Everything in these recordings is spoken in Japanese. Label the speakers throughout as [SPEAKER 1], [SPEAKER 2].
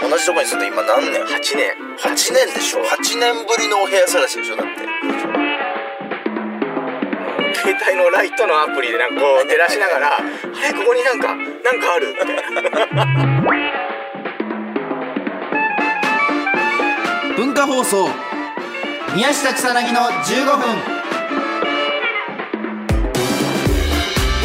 [SPEAKER 1] 同じとこに住んで今何年
[SPEAKER 2] 8年
[SPEAKER 1] 8年でしょ8年ぶりのお部屋探しでしょだって
[SPEAKER 2] 携帯のライトのアプリでなんかこう照らしながら「あれここになんかなんかある」みたいな
[SPEAKER 3] 文化放送宮下草薙の15分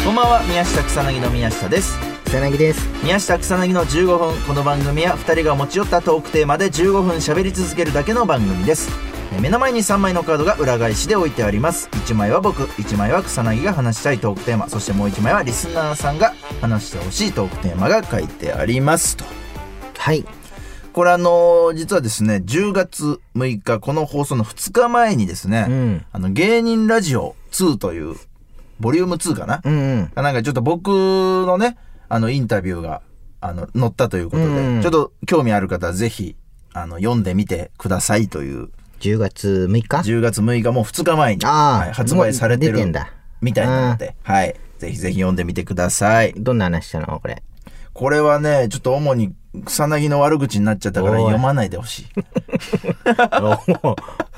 [SPEAKER 3] こんばんは宮下草薙の宮下です
[SPEAKER 4] 草薙です
[SPEAKER 3] 宮下草薙の15分この番組は2人が持ち寄ったトークテーマで15分喋り続けるだけの番組ですえー目の前に3枚のカードが裏返しで置いてあります1枚は僕1枚は草薙が話したいトークテーマそしてもう1枚はリスナーさんが話してほしいトークテーマが書いてありますと
[SPEAKER 4] はい
[SPEAKER 3] これあのー実はですね10月6日この放送の2日前にですね、
[SPEAKER 4] うん
[SPEAKER 3] あの芸人ラジオ2というボリューム2かな、
[SPEAKER 4] うんうん
[SPEAKER 3] なんかちょっと僕のね、あのインタビューが、あの、載ったということで、
[SPEAKER 4] うん
[SPEAKER 3] ちょっと興味ある方はぜひ、あの、読んでみてくださいという、
[SPEAKER 4] 10月6日
[SPEAKER 3] 10月6日もう2日前に、
[SPEAKER 4] あー
[SPEAKER 3] はい発売されて
[SPEAKER 4] もう出
[SPEAKER 3] る
[SPEAKER 4] てんだ
[SPEAKER 3] みたいなので、はい。ぜひぜひ読んでみてください。
[SPEAKER 4] どんな話したのこれ
[SPEAKER 3] これはね、ちょっと主に草薙の悪口になっちゃったから
[SPEAKER 4] おい
[SPEAKER 3] 読まないでほしい。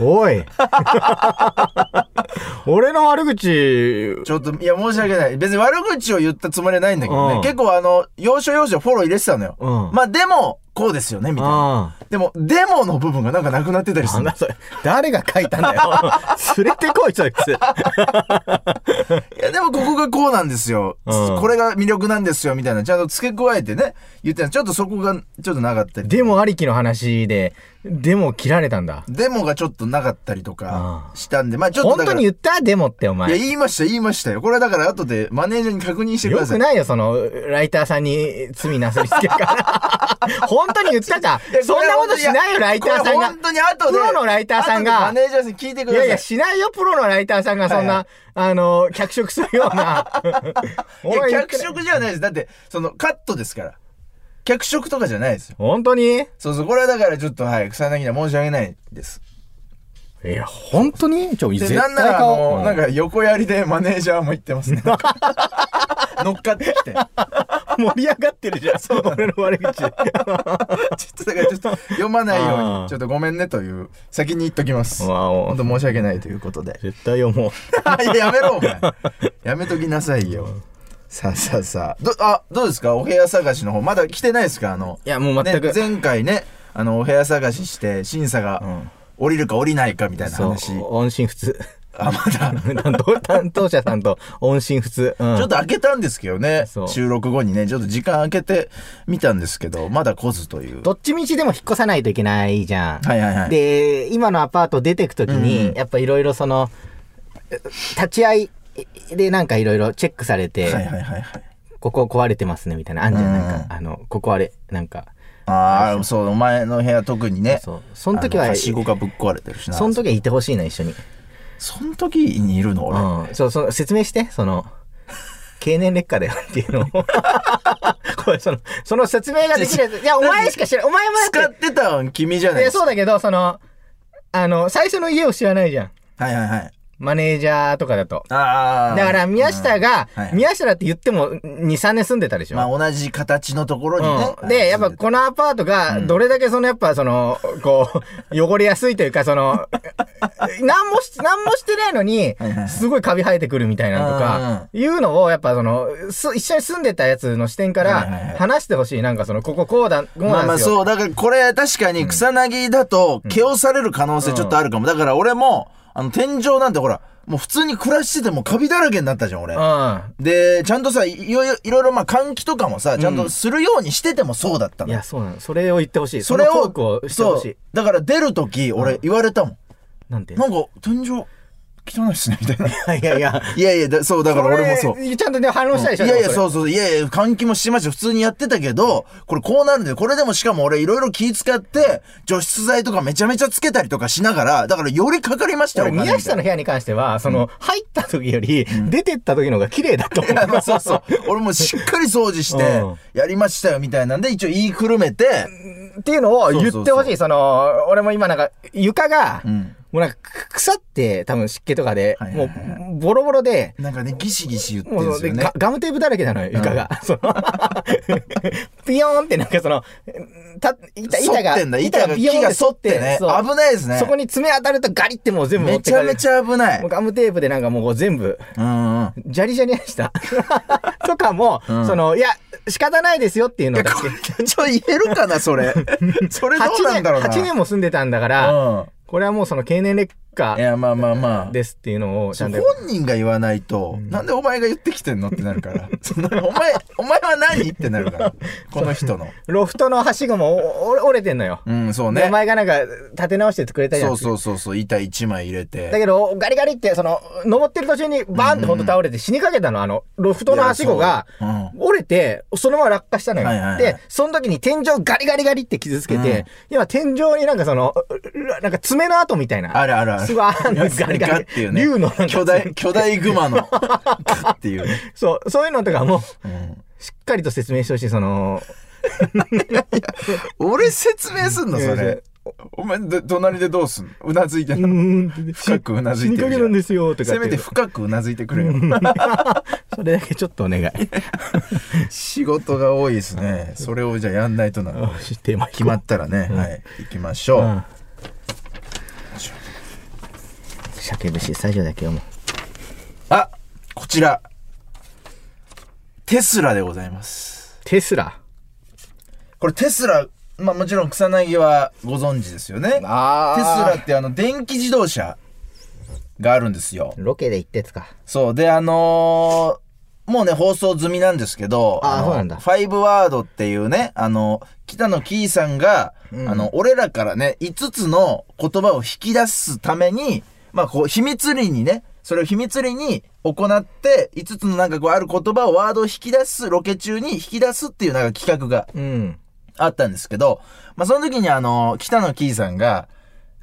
[SPEAKER 4] おい 俺の悪口
[SPEAKER 3] ちょっと、いや、申し訳ない。別に悪口を言ったつもりはないんだけどね。
[SPEAKER 4] うん
[SPEAKER 3] 結構あの、要所要所フォロー入れてたのよ。
[SPEAKER 4] うん
[SPEAKER 3] まあ、でも、こうですよね、みたいな。
[SPEAKER 4] あ
[SPEAKER 3] でも、デモの部分がなんかなくなってたりす
[SPEAKER 4] あ
[SPEAKER 3] るの
[SPEAKER 4] だそれ誰が書いたんだよ連れてこいそい つ
[SPEAKER 3] いや、でもここがこうなんですよ。
[SPEAKER 4] うん
[SPEAKER 3] これが魅力なんですよ、みたいな。ちゃんと付け加えてね、言ってたちょっとそこが、ちょっとなかったり。
[SPEAKER 4] デモありきの話でデモ切られたんだ
[SPEAKER 3] デモがちょっとなかったりとか
[SPEAKER 4] う
[SPEAKER 3] したんで、まあちょっと
[SPEAKER 4] 本
[SPEAKER 3] だ
[SPEAKER 4] 当
[SPEAKER 3] から。
[SPEAKER 4] に言ったデモってお
[SPEAKER 3] いや、
[SPEAKER 4] 前
[SPEAKER 3] 言いました、言いましたよ。これはだから後でマネージャーに確認してく
[SPEAKER 4] よ
[SPEAKER 3] ださ
[SPEAKER 4] く
[SPEAKER 3] い。
[SPEAKER 4] ないよ、その、ライターさんに罪なすりつける から。本当に言ったじゃ
[SPEAKER 3] い
[SPEAKER 4] ん
[SPEAKER 3] や。
[SPEAKER 4] そんなことしないよ、ライターさ
[SPEAKER 3] こ
[SPEAKER 4] ん
[SPEAKER 3] れ
[SPEAKER 4] が
[SPEAKER 3] 本。当に後で。
[SPEAKER 4] プロのライターさんが
[SPEAKER 3] 後でマネージャーさんに聞いてく
[SPEAKER 4] い
[SPEAKER 3] ださ
[SPEAKER 4] や
[SPEAKER 3] い。
[SPEAKER 4] いや、しないよ、プロのライターさんが、そん
[SPEAKER 3] は
[SPEAKER 4] な、あの、脚色するような。
[SPEAKER 3] いや
[SPEAKER 4] 俺言って
[SPEAKER 3] 脚色じゃないです。だって、その、カットですから。脚色とかじゃないですよ。
[SPEAKER 4] 本当に
[SPEAKER 3] そうそう、これはだからちょっと、はい、草薙には申し訳ないです。
[SPEAKER 4] いや、本当にちょ、
[SPEAKER 3] で、
[SPEAKER 4] 絶
[SPEAKER 3] なん
[SPEAKER 4] 対
[SPEAKER 3] なら、あ
[SPEAKER 4] 顔。
[SPEAKER 3] の、
[SPEAKER 4] う
[SPEAKER 3] なん
[SPEAKER 4] ん
[SPEAKER 3] か横やりでマネージャーも言って ますね。乗っかってきて。ちょっ
[SPEAKER 4] 盛り上がっ てるじゃん、俺の悪口。
[SPEAKER 3] とだからちょっと読まないよう
[SPEAKER 4] あー
[SPEAKER 3] に、ちょっとごめんねという、先に言っときます。
[SPEAKER 4] わお
[SPEAKER 3] 本当申し訳ないということで。
[SPEAKER 4] 絶対よ、もう。
[SPEAKER 3] いややめろ、お前。やめときなさいよ。さあさあさあ。ど、あ、どうですかお部屋探しの方。まだ来てないですかあの。
[SPEAKER 4] いや、もう全
[SPEAKER 3] ね
[SPEAKER 4] く。
[SPEAKER 3] 前回ね、あの、お部屋探しして、審査が
[SPEAKER 4] ん
[SPEAKER 3] 降りるか降りないかみたいな
[SPEAKER 4] そう
[SPEAKER 3] 話。、
[SPEAKER 4] 音信不通。
[SPEAKER 3] あ、まだ。
[SPEAKER 4] 担当担当者さんと音信不通。うん
[SPEAKER 3] ちょっと開けたんですけどね
[SPEAKER 4] そ、う
[SPEAKER 3] 収録後にね、ちょっと時間開けてみたんですけど、まだ来ずという。
[SPEAKER 4] どっちみちでも引っ越さないといけないじゃん。
[SPEAKER 3] はいはいはい
[SPEAKER 4] で、今のアパート出てくときに、
[SPEAKER 3] うん
[SPEAKER 4] やっぱいろいろその、立ち会いでなんかいろいろチェックされて、
[SPEAKER 3] はいはいはいはい。
[SPEAKER 4] ここ壊れてますねみたいな、あんじゃん。
[SPEAKER 3] うん
[SPEAKER 4] なんか、あの、ここあれ、なんか、
[SPEAKER 3] ああ、そう、お前の部屋特にね。
[SPEAKER 4] そう。その時
[SPEAKER 3] あ
[SPEAKER 4] は、
[SPEAKER 3] はし
[SPEAKER 4] そ
[SPEAKER 3] ごがぶっ壊れてるしな。
[SPEAKER 4] の時はいてほしいな、一緒に。
[SPEAKER 3] そん時にいるの俺。
[SPEAKER 4] うん。そう、その説明して、その、経年劣化だよっていうのを。 これ、その、その説明ができるやつ。いや、お前しか知らない。お前も
[SPEAKER 3] 使
[SPEAKER 4] だっ
[SPEAKER 3] ってたん君じゃない
[SPEAKER 4] て、い
[SPEAKER 3] で
[SPEAKER 4] や
[SPEAKER 3] すか
[SPEAKER 4] そう。だけど、その、あの、最初の家を知らないじゃん。
[SPEAKER 3] はいはいはい。
[SPEAKER 4] マネージャーとかだと。
[SPEAKER 3] ああ。
[SPEAKER 4] だから宮下が
[SPEAKER 3] うんはい、
[SPEAKER 4] 宮下だって言っても2、3年住んでたでしょ。
[SPEAKER 3] まあ同じ形のところにね。
[SPEAKER 4] うん、で、やっぱこのアパートが、どれだけその、やっぱその、こう、 汚れやすいというか、その、 何もし、何もしてないのに
[SPEAKER 3] はいはい、
[SPEAKER 4] すごいカビ生えてくるみたいなのとか、いうのを、やっぱその、す一緒に住んでたやつの視点か
[SPEAKER 3] はいはいはい
[SPEAKER 4] ら、話してほしい。なんかその、こここうだ、こう
[SPEAKER 3] まあま
[SPEAKER 4] なん
[SPEAKER 3] あ
[SPEAKER 4] ですよ。
[SPEAKER 3] そう、だからこれ確かに草薙だと、毛をされる可能性ちょっとあるかも。だから俺も、あの、天井なんてほら、もう普通に暮らしててもカビだらけになったじゃん、俺。で、ちゃんとさ、いろいろ、いろいろまあ換気とかもさ、ちゃんとするようにしててもそうだった
[SPEAKER 4] うん。い
[SPEAKER 3] の。
[SPEAKER 4] や、そうなの。それを言ってほしい。
[SPEAKER 3] そ
[SPEAKER 4] そ
[SPEAKER 3] れ
[SPEAKER 4] れ
[SPEAKER 3] を
[SPEAKER 4] を、をしてほし
[SPEAKER 3] そう
[SPEAKER 4] い。
[SPEAKER 3] だから出るとき、俺言われたもん。
[SPEAKER 4] な んて。い
[SPEAKER 3] なんか、天井、汚いっすね、みたいな。
[SPEAKER 4] や いや。
[SPEAKER 3] いやいや、だそう、だから俺もそう。
[SPEAKER 4] れ。ちゃんとね、反応したでしょ。
[SPEAKER 3] いやいや、
[SPEAKER 4] でもそ
[SPEAKER 3] そ
[SPEAKER 4] れ
[SPEAKER 3] うそう、いやいや、換気もしてました。普通にやってたけど、これこうなるんで、これでもしかも俺いろいろ気使って、除湿剤とかめちゃめちゃつけたりとかしながら、だからよりかかりましたよ、
[SPEAKER 4] 俺
[SPEAKER 3] お金
[SPEAKER 4] 宮下の部屋に関しては、その、入った時より、出てった時の方が綺麗だと 思う。
[SPEAKER 3] あ そうそう。俺もしっかり掃除して
[SPEAKER 4] うん、
[SPEAKER 3] やりましたよ、みたいなんで、一応言いくるめて、
[SPEAKER 4] っていうのを言ってほしい。
[SPEAKER 3] そうそうそう
[SPEAKER 4] その、俺も今なんか、床が、
[SPEAKER 3] ん
[SPEAKER 4] もうなんか腐って多分湿気とかで、
[SPEAKER 3] はいは
[SPEAKER 4] も
[SPEAKER 3] いはいう
[SPEAKER 4] ボロボロで、
[SPEAKER 3] なんかね、ギシギシ言って
[SPEAKER 4] も
[SPEAKER 3] るんで
[SPEAKER 4] う
[SPEAKER 3] すよね
[SPEAKER 4] ガ。ガムテープだらけなのよ、床が。そのピヨーンってなんかその、た板板
[SPEAKER 3] 反っ
[SPEAKER 4] が
[SPEAKER 3] てんだ。板が、木が反ってね。
[SPEAKER 4] そう
[SPEAKER 3] 危ないですね。
[SPEAKER 4] そこに爪当たるとガリってもう全部持
[SPEAKER 3] め
[SPEAKER 4] って
[SPEAKER 3] ち
[SPEAKER 4] か
[SPEAKER 3] ゃ
[SPEAKER 4] れる
[SPEAKER 3] めちゃ危ない
[SPEAKER 4] もう。ガムテープでなんかもう全部、
[SPEAKER 3] うん うん。
[SPEAKER 4] ジャリジャリ でした。とかも、
[SPEAKER 3] うん
[SPEAKER 4] その、いや、仕方ないですよっていう
[SPEAKER 3] い
[SPEAKER 4] の
[SPEAKER 3] や、
[SPEAKER 4] だ
[SPEAKER 3] これ、ちょ、言えるかな、それ。 それどうなんだろうな。
[SPEAKER 4] 8年、8年も住んでたんだから、これはもうその経年劣化
[SPEAKER 3] うん。いや、まあまあまあ。
[SPEAKER 4] ですっていうのをちゃんと。
[SPEAKER 3] 本人が言わないと、
[SPEAKER 4] うん
[SPEAKER 3] なんでお前が言ってきてんのってなる から。そのお前、お前は何ってなるから。この人の。
[SPEAKER 4] ロフトのはしごもおお折れてんのよ。
[SPEAKER 3] うん、そう
[SPEAKER 4] でお
[SPEAKER 3] ね。
[SPEAKER 4] 前がなんか立て直して作れたじゃん。
[SPEAKER 3] そうそうそうそう、板一枚入れて。
[SPEAKER 4] だけど、ガリガリって、その、登ってる途中にバーンってほんと倒れて死にかけたの、あの、ロフトのはしごが
[SPEAKER 3] いやそう
[SPEAKER 4] 折れて、そのまま落下したのよ。
[SPEAKER 3] はいはいはい
[SPEAKER 4] で、その時に天井ガリガリガリって傷つけて、
[SPEAKER 3] うん
[SPEAKER 4] 今天井になんかその、なんか爪の跡みたいな。
[SPEAKER 3] あるあるある。
[SPEAKER 4] すごい、あの、ガリ ガ
[SPEAKER 3] ガ
[SPEAKER 4] リ。
[SPEAKER 3] っていうね。
[SPEAKER 4] 竜のなんか
[SPEAKER 3] 巨大、巨大グマの。ガっていうね。
[SPEAKER 4] そう、そういうのとかも、
[SPEAKER 3] うん
[SPEAKER 4] しっかりと説明してほしい、その、
[SPEAKER 3] 俺説明すんの、それ。お前、ど、隣でどうすんのうなずいてんの深くうなずいてるじゃん
[SPEAKER 4] 死にかけるんですよ、とかってい
[SPEAKER 3] せ
[SPEAKER 4] う。
[SPEAKER 3] めて深くうなずいてくれよ。
[SPEAKER 4] それだけちょっとお願い。
[SPEAKER 3] 仕事が多いですね。それをじゃあやんないとな。
[SPEAKER 4] テーマ
[SPEAKER 3] 決まったらね、はい、行きましょう。
[SPEAKER 4] うん鮭節、最初だけ読も
[SPEAKER 3] あ、こちら。テスラでございます。
[SPEAKER 4] う。テスラ。
[SPEAKER 3] これテスラ、まあもちろん草薙はご存知ですよね。テス
[SPEAKER 4] あ
[SPEAKER 3] ラってあの電気自動車があるんですよ。
[SPEAKER 4] ロケで行ってつか。
[SPEAKER 3] そう。で、あのーもうね、放送済みなんですけど、
[SPEAKER 4] あー
[SPEAKER 3] の
[SPEAKER 4] そうなんだ
[SPEAKER 3] ファイブワードっていうね、あの、北野キーさんが、あの、俺らからね、5つの言葉を引き出すために、まあ、こう、秘密裏にね、それを秘密裏に行って、5つのなんかこう、ある言葉をワードを引き出す、ロケ中に引き出すっていうなんか企画が
[SPEAKER 4] うん。
[SPEAKER 3] あったんですけど、まあ、その時にあの、北野キーさんが、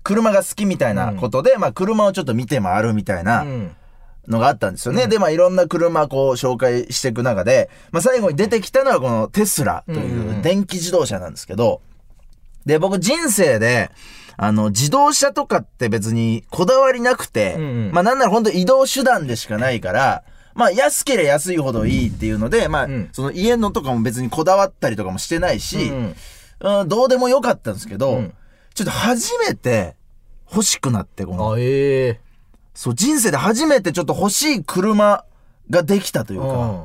[SPEAKER 3] 車が好きみたいなことで、まあ、車をちょっと見て回るみたいな、
[SPEAKER 4] うん。
[SPEAKER 3] のがあったんですよね。で、まあ、いろんな車こう紹介していく中で、まあ、最後に出てきたのはこのテスラという電気自動車なんですけど、で、僕人生で、あの、自動車とかって別にこだわりなくて、
[SPEAKER 4] うんうん
[SPEAKER 3] まあ、なんなら本当移動手段でしかないから、まあ、安ければ安いほどいいっていうので、まあ
[SPEAKER 4] ん、
[SPEAKER 3] その家のとかも別にこだわったりとかもしてないし、
[SPEAKER 4] うん
[SPEAKER 3] うん、どうでもよかったんですけど、
[SPEAKER 4] ん
[SPEAKER 3] ちょっと初めて欲しくなって、この
[SPEAKER 4] あ、ええ
[SPEAKER 3] そう、人生で初めてちょっと欲しい車ができたというか、
[SPEAKER 4] うん。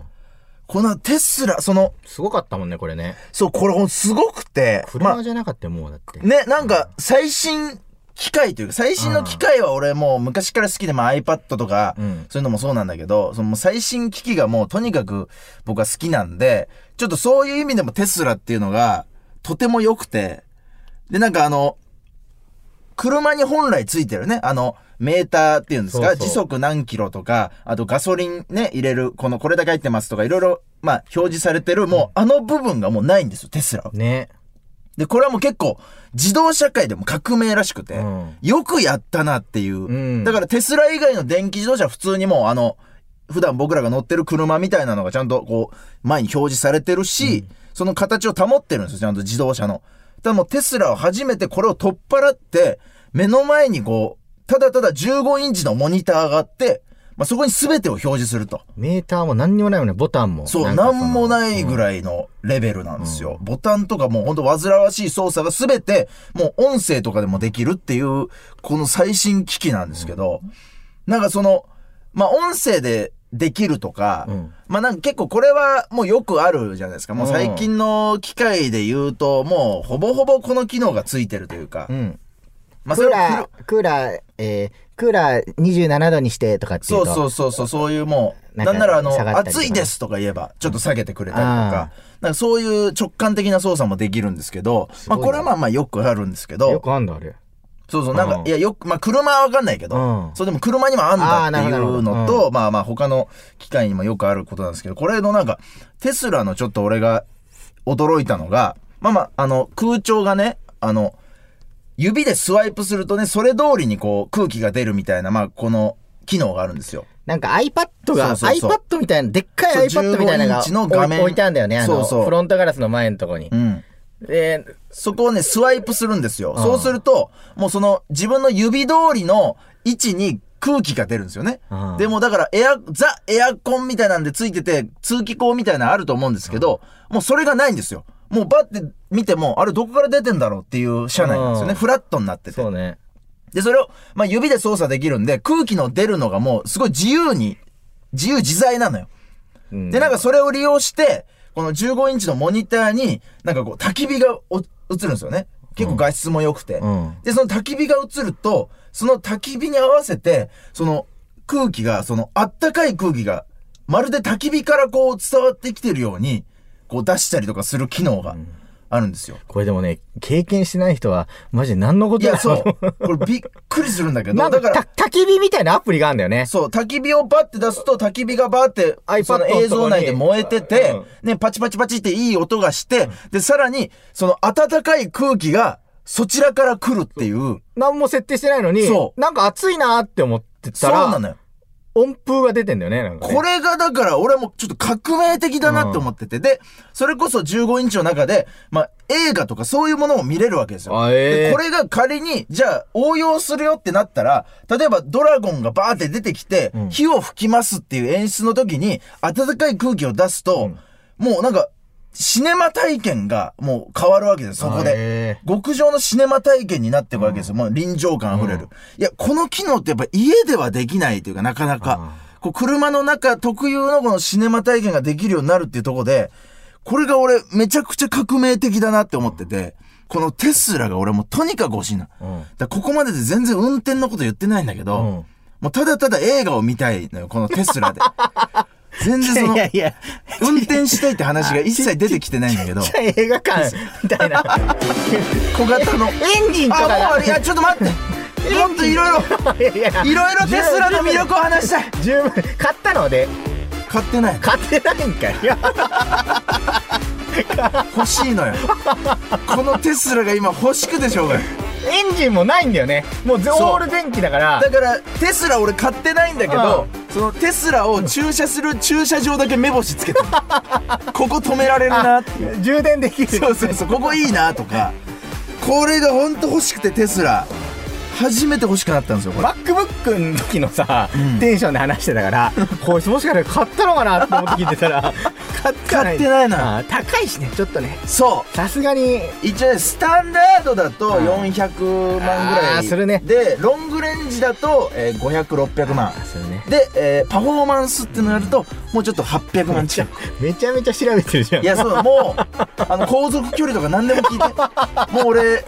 [SPEAKER 3] このテスラ、その、
[SPEAKER 4] すごかったもんね、これね。
[SPEAKER 3] そう、これほんとすごくて、ま
[SPEAKER 4] 車
[SPEAKER 3] あ、
[SPEAKER 4] じゃなかったよ、もうだって。
[SPEAKER 3] ね、なんか最新機械というか、最新の機械は俺もう昔から好きで、まあ iPad とか、
[SPEAKER 4] うん
[SPEAKER 3] そういうのもそうなんだけど、そのもう最新機器がもうとにかく僕は好きなんで、ちょっとそういう意味でもテスラっていうのがとても良くて、で、なんかあの、車に本来ついてるね、あの、メーターっていうんですか
[SPEAKER 4] そうそう
[SPEAKER 3] 時速何キロとか、あとガソリンね、入れる、この、これだけ入ってますとか、いろいろ、まあ、表示されてる、もう、あの部分がもうないんですよ、テスラは。
[SPEAKER 4] ね。
[SPEAKER 3] で、これはもう結構、自動社会でも革命らしくて、
[SPEAKER 4] うん
[SPEAKER 3] よくやったなっていう。
[SPEAKER 4] ん
[SPEAKER 3] だからテスラ以外の電気自動車は普通にもう、あの、普段僕らが乗ってる車みたいなのがちゃんとこう、前に表示されてるし、その形を保ってるんですよ、ちゃんと自動車の。ただもうテスラは初めてこれを取っ払って、目の前にこう、ただただ15インチのモニターがあって、まあ、そこに全てを表示すると。
[SPEAKER 4] メーターも何にもないもんね、ボタンも。
[SPEAKER 3] そう、
[SPEAKER 4] か
[SPEAKER 3] な
[SPEAKER 4] その
[SPEAKER 3] んもないぐらいのレベルなんですよ。ボタンとかもうほんと煩わしい操作がすべて、もう音声とかでもできるっていう、この最新機器なんですけど、なんかその、まあ、音声でできるとか、
[SPEAKER 4] うん
[SPEAKER 3] まあ、なんか結構これはもうよくあるじゃないですか。もう最近の機械で言うと、もうほぼほぼこの機能がついてるというか、
[SPEAKER 4] うん。
[SPEAKER 3] まあ、
[SPEAKER 4] ク
[SPEAKER 3] そ
[SPEAKER 4] ー
[SPEAKER 3] れは
[SPEAKER 4] ラー、クーラー、えー、クーラー27度にしてとかってい
[SPEAKER 3] そうう
[SPEAKER 4] と。
[SPEAKER 3] そうそうそう、そういうもう、
[SPEAKER 4] なんか
[SPEAKER 3] なんならあの、
[SPEAKER 4] 下がったりとか
[SPEAKER 3] 暑
[SPEAKER 4] ね
[SPEAKER 3] いですとか言えば、ちょっと下げてくれたりと
[SPEAKER 4] あ
[SPEAKER 3] か、なんかそういう直感的な操作もできるんですけど、ま
[SPEAKER 4] ごい
[SPEAKER 3] あこ
[SPEAKER 4] な
[SPEAKER 3] れはまあまあよくあるんですけ
[SPEAKER 4] よ
[SPEAKER 3] ど、
[SPEAKER 4] くあんだ、あれ。
[SPEAKER 3] そうそう、なん
[SPEAKER 4] う
[SPEAKER 3] か
[SPEAKER 4] ん、
[SPEAKER 3] いやよく、まあ車はわかんないけ
[SPEAKER 4] うん
[SPEAKER 3] ど、そうでも車にもあんだってい
[SPEAKER 4] あーなるほど
[SPEAKER 3] う
[SPEAKER 4] なる
[SPEAKER 3] の
[SPEAKER 4] ほど
[SPEAKER 3] と、まあまあ他の機械にもよくあることなんですけど、これのなんか、テスラのちょっと俺が驚いたのが、まあまあ、あの、空調がね、あの、指でスワイプするとね、それ通りにこう空気が出るみたいな、まあこの機能があるんですよ。
[SPEAKER 4] なんか iPad が、
[SPEAKER 3] そうそうそう
[SPEAKER 4] iPad みたいな、でっかい
[SPEAKER 3] そう
[SPEAKER 4] iPad みたいなのが
[SPEAKER 3] 15インチの画面
[SPEAKER 4] 置い置いてあんだよね。あの
[SPEAKER 3] そうそう
[SPEAKER 4] フロントガラスの前のとこに。
[SPEAKER 3] うん。
[SPEAKER 4] えー
[SPEAKER 3] そこをね、スワイプするんですよ。そうすると、もうその自分の指通りの位置に空気が出るんですよね
[SPEAKER 4] うん。
[SPEAKER 3] でもだからエア、ザエアコンみたいなんでついてて、通気口みたいなのあると思うんですけど、もうそれがないんですよ。もうバッて見ても、あれどこから出てんだろうっていう車内なんですよ
[SPEAKER 4] う
[SPEAKER 3] ね。
[SPEAKER 4] ん
[SPEAKER 3] フラットになってて
[SPEAKER 4] そ。うね。
[SPEAKER 3] で、それを、まあ、指で操作できるんで、空気の出るのがもうすごい自由に、自由自在なのよ。
[SPEAKER 4] うん
[SPEAKER 3] で、なんかそれを利用して、この15インチのモニターに、なんかこう、焚き火がお映るんですよね。結構画質も良くて。
[SPEAKER 4] うん
[SPEAKER 3] で、その焚き火が映ると、その焚き火に合わせて、その空気が、そのあったかい空気が、まるで焚き火からこう伝わってきてるように、こう出したりとかする機能があるんですよ。
[SPEAKER 4] これでもね、経験してない人は、マジ何のこ
[SPEAKER 3] い
[SPEAKER 4] と
[SPEAKER 3] や、
[SPEAKER 4] だろ
[SPEAKER 3] そうう。これびっくりするんだけど、
[SPEAKER 4] なん
[SPEAKER 3] だ
[SPEAKER 4] か
[SPEAKER 3] から、
[SPEAKER 4] た焚き火みたいなアプリがあるんだよね。
[SPEAKER 3] そう、焚き火をバッて出すと、焚き火がバーって、
[SPEAKER 4] iPad
[SPEAKER 3] その映像内で燃えて
[SPEAKER 4] と
[SPEAKER 3] て
[SPEAKER 4] か、
[SPEAKER 3] ね、パチパチパチっていい音がして、で、さらに、その暖かい空気が、そちらから来るっていう、
[SPEAKER 4] 何も設定してないのに
[SPEAKER 3] そ、う
[SPEAKER 4] なんか暑いなーって思って
[SPEAKER 3] そ
[SPEAKER 4] た
[SPEAKER 3] う
[SPEAKER 4] ら、
[SPEAKER 3] なのよ。
[SPEAKER 4] 温風が出てんだよね、なんか、ね。
[SPEAKER 3] これがだから俺もちょっと革命的だなって思ってて、で、それこそ15インチの中で、まあ映画とかそういうものも見れるわけですよ。
[SPEAKER 4] あええ
[SPEAKER 3] でこれが仮に、じゃあ応用するよってなったら、例えばドラゴンがバーって出てきて、火を吹きますっていう演出の時に、暖かい空気を出すと、もうなんか、シネマ体験がもう変わるわけですよ、そこ
[SPEAKER 4] あ
[SPEAKER 3] で。
[SPEAKER 4] ええ
[SPEAKER 3] 極上のシネマ体験になっていくわけですよ。もう臨場感あふれる。いや、この機能ってやっぱ家ではできないというか、なかなか。こう、車の中特有のこのシネマ体験ができるようになるっていうところで、これが俺めちゃくちゃ革命的だなって思ってて、このテスラが俺もうとにかく欲しいな。
[SPEAKER 4] うん
[SPEAKER 3] だからここまでで全然運転のこと言ってないんだけど、
[SPEAKER 4] うん
[SPEAKER 3] もうただただ映画を見たいのよ、このテス ラで。全然その、
[SPEAKER 4] いや、
[SPEAKER 3] 運転したいって話が一切出てきてないんだけど、
[SPEAKER 4] ちっちゃい映画館みたいな。
[SPEAKER 3] 小型の。
[SPEAKER 4] エンジンとか
[SPEAKER 3] あ、も
[SPEAKER 4] が
[SPEAKER 3] う、いや、ちょっと待って。もっといろいろ。
[SPEAKER 4] いやいや
[SPEAKER 3] いろいろテスラの魅力を話したい
[SPEAKER 4] 十分、買ったので、
[SPEAKER 3] 買ってない
[SPEAKER 4] 買ってないんかい。いや
[SPEAKER 3] 欲しいのよこのテスラが今欲しくてしょうがない
[SPEAKER 4] エンジンもないんだよね。もうぜオ
[SPEAKER 3] そう
[SPEAKER 4] ール電気だから。
[SPEAKER 3] だからテスラ俺買ってないんだけどそのテスラを駐車する駐車場だけ目星つけてるここ止められるなっていう
[SPEAKER 4] 充電できる。
[SPEAKER 3] そうそうそうここいいなとかこれが本当欲しくてテスラ初めて欲しくなったんですよこれ
[SPEAKER 4] MacBook の時のさ、
[SPEAKER 3] ん
[SPEAKER 4] テンションで話して たから、こいつもしかしたら買ったのかなって思って聞いてたら、買っ
[SPEAKER 3] 買ってないな
[SPEAKER 4] あー高いしね、ちょっとね。
[SPEAKER 3] そう
[SPEAKER 4] さすがに、
[SPEAKER 3] 一応ねスタンダードだと400万ぐ
[SPEAKER 4] あ
[SPEAKER 3] ら
[SPEAKER 4] ー
[SPEAKER 3] い
[SPEAKER 4] するね
[SPEAKER 3] でロングレンジだと、えー、500600万
[SPEAKER 4] あそれね。
[SPEAKER 3] で、えーパフォーマンスってのやるともうちょっと800万近く
[SPEAKER 4] めちゃめちゃ調べてるじゃん。
[SPEAKER 3] いやそうもうあの航続距離とか何でも聞いてもう俺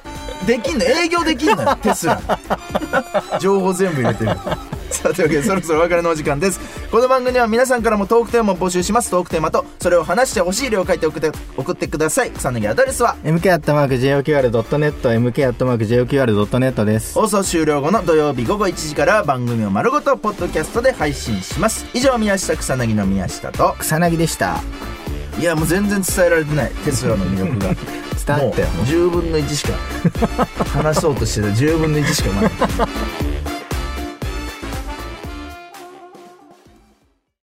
[SPEAKER 3] できんの営業できんのよテスラ情報全部入れてるさあというわけでそろそろお別れのお時間ですこの番組では皆さんからもトークテーマを募集しますトークテーマとそれを話してほしい量を書いて送って送ってください草薙アドレスは
[SPEAKER 4] mk.joqr.net、mk.joqr.net です。
[SPEAKER 3] 放送終了後の土曜日午後1時から番組を丸ごとポッドキャストで配信します以上宮下草薙の宮下と
[SPEAKER 4] 草薙でした。
[SPEAKER 3] いやもう全然伝えられてないテスラの魅力が
[SPEAKER 4] 伝わったよ。
[SPEAKER 3] もう10分の1しか話そうとしてた10分の1しかまだ